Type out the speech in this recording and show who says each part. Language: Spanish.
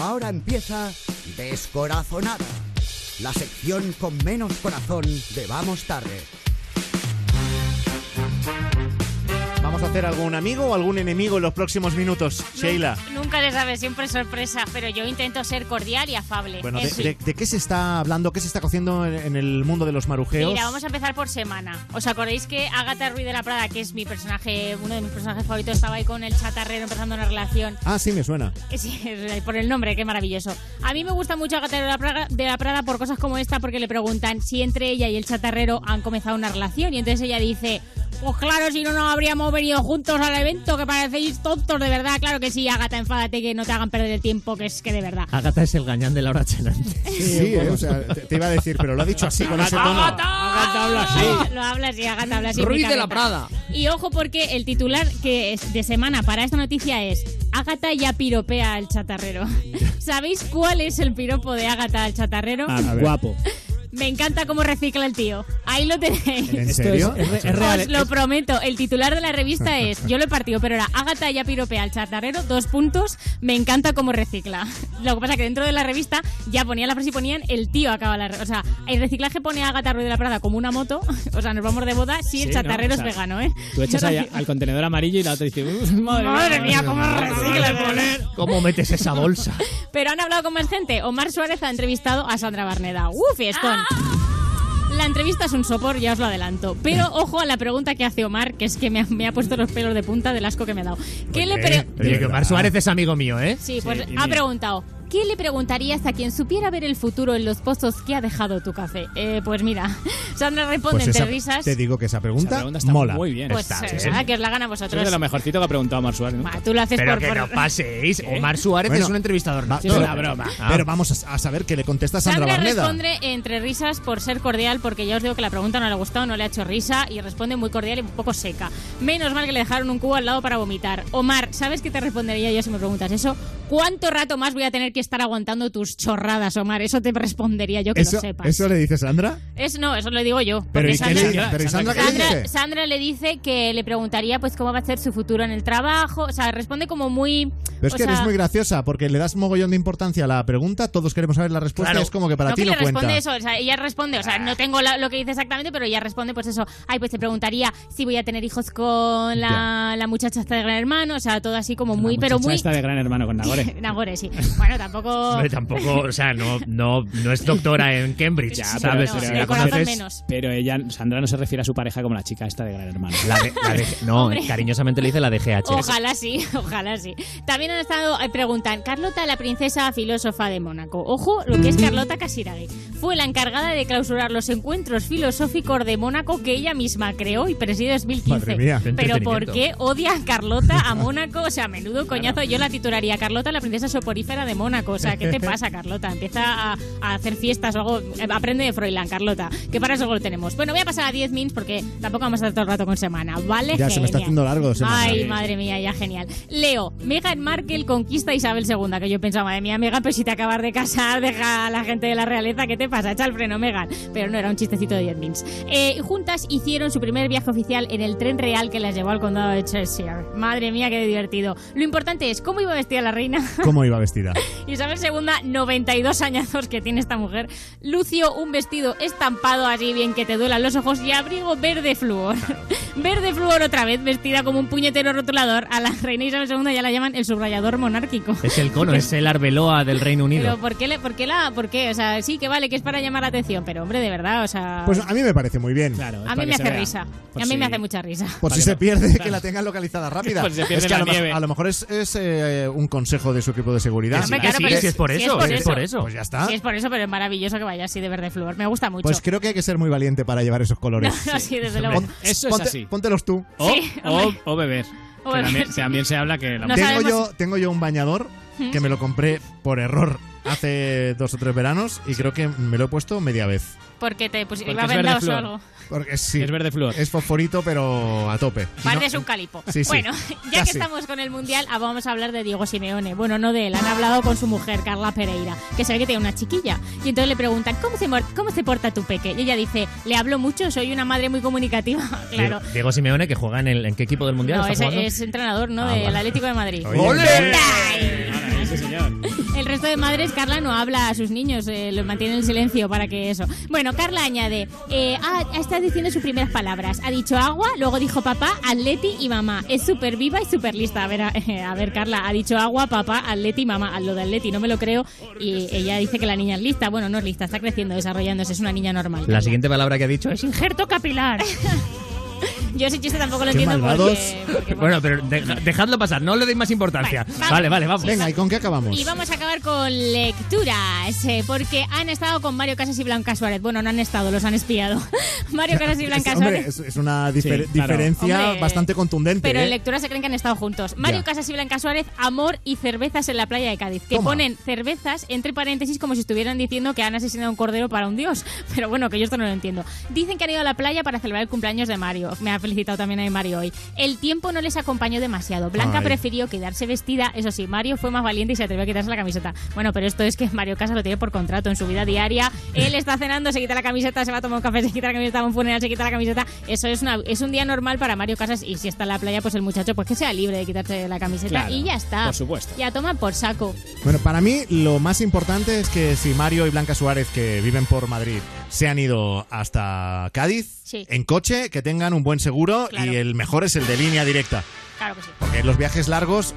Speaker 1: Ahora empieza Descorazonada, la sección con menos corazón de Vamos Tarde.
Speaker 2: Vamos a hacer algún amigo o algún enemigo en los próximos minutos, Sheila.
Speaker 3: Nunca se sabe, siempre sorpresa, pero yo intento ser cordial y afable.
Speaker 2: Bueno,
Speaker 3: En
Speaker 2: de,
Speaker 3: fin.
Speaker 2: de- de qué se está hablando? ¿Qué se está cociendo en, en el mundo de los marujeos?
Speaker 3: Mira, vamos a empezar por semana. ¿Os acordáis que Agatha Ruiz de la Prada, que es mi personaje, uno de mis personajes favoritos, estaba ahí con el chatarrero empezando una relación?
Speaker 2: Ah, sí, me suena.
Speaker 3: Eh, sí, por el nombre, qué maravilloso. A mí me gusta mucho Agatha de la, Praga- de la Prada por cosas como esta, porque le preguntan si entre ella y el chatarrero han comenzado una relación. Y entonces ella dice, pues claro, si no, no habríamos venido juntos al evento, que parecéis tontos, de verdad. Claro que sí, Agatha, enfádate, que no te hagan perder el tiempo, que es que de verdad.
Speaker 4: Agata es el gañán de Laura Chenante.
Speaker 2: Sí, eh, o sea, te, te iba a decir, pero lo ha dicho así, con ese tono.
Speaker 3: Ah, Agata habla así. Lo habla así, Agata habla así.
Speaker 4: Ruiz
Speaker 3: pica,
Speaker 4: de la
Speaker 3: pica.
Speaker 4: Prada.
Speaker 3: Y ojo porque el titular que es de semana para esta noticia es Ágata ya piropea al chatarrero. ¿Sabéis cuál es el piropo de Ágata al chatarrero?
Speaker 2: A ver.
Speaker 4: guapo.
Speaker 3: Me encanta cómo recicla el tío. Ahí lo tenéis.
Speaker 2: ¿En
Speaker 4: Esto
Speaker 2: serio?
Speaker 4: es- es re-
Speaker 5: Pues
Speaker 4: es re- real,
Speaker 3: Os lo prometo, el titular de la revista es, yo lo he partido, pero era Ágata ya piropea al chatarrero, dos puntos, me encanta cómo recicla. Lo que pasa que dentro de la revista ya ponía la frase y ponían el tío acaba la... re- O sea, el reciclaje pone a Ágata Ruiz de la Prada como una moto, o sea, nos vamos de boda si el
Speaker 4: Sí,
Speaker 3: chatarrero
Speaker 4: ¿no? O sea,
Speaker 3: es vegano, ¿eh?
Speaker 4: Tú echas ahí a- al contenedor amarillo y la otra dice, "Uh, madre,
Speaker 3: Madre mía, cómo recicla el poner.
Speaker 4: ¿Cómo metes esa bolsa?
Speaker 3: Pero han hablado con más gente. Omar Suárez ha entrevistado a Sandra Barneda. ¡Uh, fiestón! La entrevista es un sopor, ya os lo adelanto. Pero ojo a la pregunta que hace Omar, que es que me ha, me ha puesto los pelos de punta del asco que me ha dado. ¿Qué le pre-
Speaker 4: Oye, que Omar Suárez es amigo mío, ¿eh?
Speaker 3: Sí, pues
Speaker 2: y
Speaker 3: ha
Speaker 2: mira.
Speaker 3: preguntado. ¿Qué le preguntarías a quien supiera ver el futuro en los pozos que ha dejado tu café? Eh, pues mira, Sandra responde
Speaker 2: Pues
Speaker 3: entre
Speaker 2: esa-
Speaker 3: risas.
Speaker 2: te digo que esa pregunta,
Speaker 4: Esa pregunta está
Speaker 2: mola.
Speaker 4: muy bien.
Speaker 3: pues
Speaker 4: Está
Speaker 3: eh,
Speaker 4: bien.
Speaker 3: ah, que os la gana
Speaker 4: Eso es
Speaker 3: vosotros.
Speaker 4: de lo mejorcito que ha preguntado Omar Suárez. ¿no?
Speaker 3: Bah, tú lo haces
Speaker 4: Pero
Speaker 3: por-
Speaker 4: que
Speaker 3: por-
Speaker 4: no paséis. Omar Suárez
Speaker 2: Bueno,
Speaker 4: es un entrevistador.
Speaker 2: Va,
Speaker 4: es
Speaker 2: pero-
Speaker 4: una broma.
Speaker 2: Ah,
Speaker 5: ah,
Speaker 2: Pero vamos a, a saber qué le contesta Sandra,
Speaker 3: Sandra
Speaker 2: Barneda.
Speaker 3: responde entre risas por ser cordial, porque ya os digo que la pregunta no le ha gustado, no le ha hecho risa y responde muy cordial y un poco seca. Menos mal que le dejaron un cubo al lado para vomitar. Omar, ¿sabes qué te respondería yo si me preguntas eso? ¿Cuánto rato más voy a tener que estar aguantando tus chorradas, Omar? Eso te respondería yo que
Speaker 2: ¿Eso,
Speaker 3: lo sepas.
Speaker 2: ¿Eso le dice Sandra?
Speaker 3: Es, no, eso lo digo yo.
Speaker 2: Pero
Speaker 3: porque
Speaker 2: ¿y qué le
Speaker 3: Sandra-
Speaker 2: dice? ¿Pero y Sandra qué le
Speaker 3: Sandra,
Speaker 2: dice?
Speaker 3: Sandra le dice que le preguntaría pues cómo va a ser su futuro en el trabajo. O sea, responde como muy...
Speaker 2: Pero es
Speaker 3: o
Speaker 2: que eres
Speaker 3: sea,
Speaker 2: muy graciosa porque le das mogollón de importancia a la pregunta, todos queremos saber la respuesta
Speaker 4: Claro.
Speaker 2: y es como que para
Speaker 3: no,
Speaker 2: ti
Speaker 3: que
Speaker 2: no
Speaker 3: le
Speaker 2: cuenta.
Speaker 3: responde eso, o sea, ella responde, o sea, no tengo la- lo que dice exactamente, pero ella responde pues eso, ay, pues te preguntaría si voy a tener hijos con la, la muchacha esta de Gran Hermano, o sea, todo así como muy,
Speaker 4: La
Speaker 3: pero
Speaker 4: muchacha
Speaker 3: muy...
Speaker 4: Esta de gran hermano con Nagore.
Speaker 3: Nagore, sí. Bueno, tampoco...
Speaker 5: Hombre, tampoco, o sea, no, no, no es doctora en Cambridge,
Speaker 3: Sí, sí,
Speaker 4: pero
Speaker 5: ¿sabes?
Speaker 3: no,
Speaker 5: O sea,
Speaker 3: en el
Speaker 5: la
Speaker 3: corazón
Speaker 5: conoces-
Speaker 3: menos.
Speaker 4: Pero ella, Sandra no se refiere a su pareja como la chica esta de gran hermano.
Speaker 5: La de- la de- no,
Speaker 3: Hombre.
Speaker 5: cariñosamente le dice la DGH.
Speaker 3: Ojalá sí, ojalá sí. También han estado, eh, preguntan, Carlota, la princesa filósofa de Mónaco. Ojo, lo que es Carlota Casiraghi. Fue la encargada de clausurar los encuentros filosóficos de Mónaco que ella misma creó y presidió en 2015.
Speaker 2: Madre mía, qué
Speaker 3: Pero ¿por
Speaker 5: entretenimiento.
Speaker 3: qué odia a Carlota a Mónaco? O sea, menudo coñazo. Yo la titularía Carlota, la princesa soporífera de Mónaco. O sea, ¿qué te pasa, Carlota? Empieza a, a hacer fiestas o algo. Eh, Aprende de Froilán, Carlota. Que para eso lo tenemos. Bueno, voy a pasar a 10 mins porque tampoco vamos a estar todo el rato con semana. ¿Vale?
Speaker 2: Ya se me está
Speaker 3: Genial.
Speaker 2: haciendo largo, se me está
Speaker 3: Ay,
Speaker 2: haciendo.
Speaker 3: madre mía, ya genial. Leo, Meghan Markle conquista a Isabel II, que yo pensaba, madre mía, Meghan, pues si te acabas de casar, deja a la gente de la realeza, ¿qué te pasa? Echa el freno, Meghan. Pero no, era un chistecito de 10 mins. Eh, juntas hicieron su primer viaje oficial en el tren real que las llevó al condado de Cheshire. Madre mía, qué divertido. Lo importante es, ¿cómo iba vestida la reina?
Speaker 2: ¿Cómo iba vestida?
Speaker 3: Isabel II, 92 añazos que tiene esta mujer, lució un vestido estampado así bien que te duelan los ojos y abrigo verde flúor. Verde flúor otra vez, vestida como un puñetero rotulador. A la reina Isabel II ya la llaman el subrayador monárquico.
Speaker 5: Es el cono, es el arbeloa del Reino
Speaker 3: Pero
Speaker 5: Unido.
Speaker 3: ¿por qué, le, por qué la...? ¿Por qué? O sea, sí que vale, que es para llamar la atención, pero hombre, de verdad, o sea...
Speaker 2: Pues a mí me parece muy bien.
Speaker 4: Claro, es
Speaker 3: a
Speaker 4: para
Speaker 3: mí
Speaker 4: que
Speaker 3: me
Speaker 4: se
Speaker 3: hace
Speaker 4: vea. Pues
Speaker 3: risa.
Speaker 4: Por
Speaker 3: a mí
Speaker 4: si-
Speaker 3: me hace mucha risa.
Speaker 2: Por
Speaker 4: Vale,
Speaker 2: si se
Speaker 4: no.
Speaker 2: pierde, que la tengan localizada rápida.
Speaker 4: Por si se pierde
Speaker 2: es que a
Speaker 4: la
Speaker 2: lo, me-
Speaker 4: nieve.
Speaker 2: a lo mejor es, es, eh, un consejo de su equipo de seguridad.
Speaker 3: Hombre,
Speaker 5: Ah,
Speaker 3: claro,
Speaker 5: sí,
Speaker 3: pero
Speaker 5: sí, es por
Speaker 3: si
Speaker 5: eso,
Speaker 3: es
Speaker 5: es
Speaker 3: por
Speaker 5: por eso.
Speaker 2: Pues ya está.
Speaker 3: Sí, es por eso, pero es maravilloso que vaya así de verde flúor. Me gusta mucho.
Speaker 2: Pues creo que hay que ser muy valiente para llevar esos colores.
Speaker 3: No, sí, desde luego.
Speaker 2: Pon-
Speaker 4: Eso es
Speaker 2: ponte-
Speaker 4: así.
Speaker 2: Póntelos tú.
Speaker 4: O,
Speaker 3: Sí,
Speaker 4: o,
Speaker 3: hombre.
Speaker 4: o beber.
Speaker 3: O
Speaker 4: Que
Speaker 3: beber,
Speaker 4: también,
Speaker 3: sí.
Speaker 4: también se habla que la
Speaker 3: No
Speaker 2: tengo,
Speaker 3: sabemos ¿Mm?
Speaker 2: yo, tengo yo un bañador que me lo compré por error hace dos o tres veranos y creo que me lo he puesto media vez.
Speaker 3: Porque te pues,
Speaker 4: Porque
Speaker 3: iba
Speaker 4: es verde
Speaker 3: vendados o
Speaker 4: flúor.
Speaker 3: algo.
Speaker 2: Porque sí,
Speaker 4: es verde flúor.
Speaker 2: es fosforito, pero a tope. Si
Speaker 3: Pareces
Speaker 2: no-
Speaker 3: un calipo.
Speaker 2: Sí, sí.
Speaker 3: Bueno, ya que
Speaker 2: Casi.
Speaker 3: estamos con el Mundial, ah, vamos a hablar de Diego Simeone. Bueno, no de él, han hablado con su mujer, Carla Pereira, que se ve que tiene una chiquilla. Y entonces le preguntan, ¿cómo se, mor- cómo se porta tu peque? Y ella dice, le hablo mucho, soy una madre muy comunicativa. claro.
Speaker 5: Diego, Diego Simeone, que juega en, el, ¿en qué equipo del Mundial
Speaker 3: No,
Speaker 5: está
Speaker 3: es,
Speaker 5: jugando?
Speaker 3: es entrenador, ¿no?
Speaker 5: Ah,
Speaker 3: Del
Speaker 5: vale.
Speaker 3: Atlético de Madrid.
Speaker 2: Oye,
Speaker 3: ¡Ay!
Speaker 4: Ahora, ese señor.
Speaker 3: El resto de madres, Carla no habla a sus niños, eh, los mantiene en el silencio para que eso. Bueno, Carla añade, eh, ah, está diciendo sus primeras palabras. Ha dicho agua, luego dijo papá, atleti y mamá. Es súper viva y súper lista. A ver, a, a ver, Carla, ha dicho agua, papá, atleti y mamá. A lo de atleti no me lo creo. Y ella dice que la niña es lista. Bueno, no es lista, está creciendo, desarrollándose, es una niña normal.
Speaker 5: La siguiente palabra que ha dicho es injerto capilar.
Speaker 3: Yo ese chiste tampoco lo
Speaker 2: Qué
Speaker 3: entiendo
Speaker 2: malvados.
Speaker 3: porque- porque,
Speaker 5: Bueno, pero deja- dejadlo pasar, no le deis más importancia.
Speaker 3: Vale, vamos.
Speaker 5: Vale, vale, vamos.
Speaker 2: Venga, ¿y con qué acabamos?
Speaker 3: Y vamos a acabar con lecturas, eh, porque han estado con Mario Casas y Blanca Suárez. Bueno, no han estado, los han espiado. Mario Casas y Blanca
Speaker 2: Es- hombre,
Speaker 3: Suárez.
Speaker 2: es, es una difer-
Speaker 4: Sí, claro.
Speaker 2: diferencia
Speaker 3: ¿eh? Hombre,
Speaker 2: bastante contundente.
Speaker 3: Pero en
Speaker 2: ¿eh?
Speaker 3: lecturas se creen que han estado juntos. Mario
Speaker 2: Ya.
Speaker 3: Casas y Blanca Suárez, amor y cervezas en la playa de Cádiz. Que
Speaker 2: Toma.
Speaker 3: ponen cervezas entre paréntesis como si estuvieran diciendo que han asesinado a un cordero para un dios. Pero bueno, que yo esto no lo entiendo. Dicen que han ido a la playa para celebrar el cumpleaños de Mario. Me ha felicitado también a Mario hoy. El tiempo no les acompañó demasiado. Blanca
Speaker 2: Ay.
Speaker 3: prefirió quedarse vestida. Eso sí, Mario fue más valiente y se atrevió a quitarse la camiseta. Bueno, pero esto es que Mario Casas lo tiene por contrato en su vida diaria. Él está cenando, se quita la camiseta, se va a tomar un café, se quita la camiseta, va a un funeral, se quita la camiseta. Eso es, una, es un día normal para Mario Casas y si está en la playa, pues el muchacho pues que sea libre de quitarse la camiseta
Speaker 4: Claro,
Speaker 3: y ya está.
Speaker 4: por supuesto.
Speaker 3: Ya toma por saco.
Speaker 2: Bueno, para mí lo más importante es que si Mario y Blanca Suárez, que viven por Madrid, se han ido hasta Cádiz
Speaker 3: Sí.
Speaker 2: en coche, que tengan un buen seguro
Speaker 3: Claro.
Speaker 2: y el mejor es el de línea directa.
Speaker 3: Claro que sí.
Speaker 2: Porque los viajes largos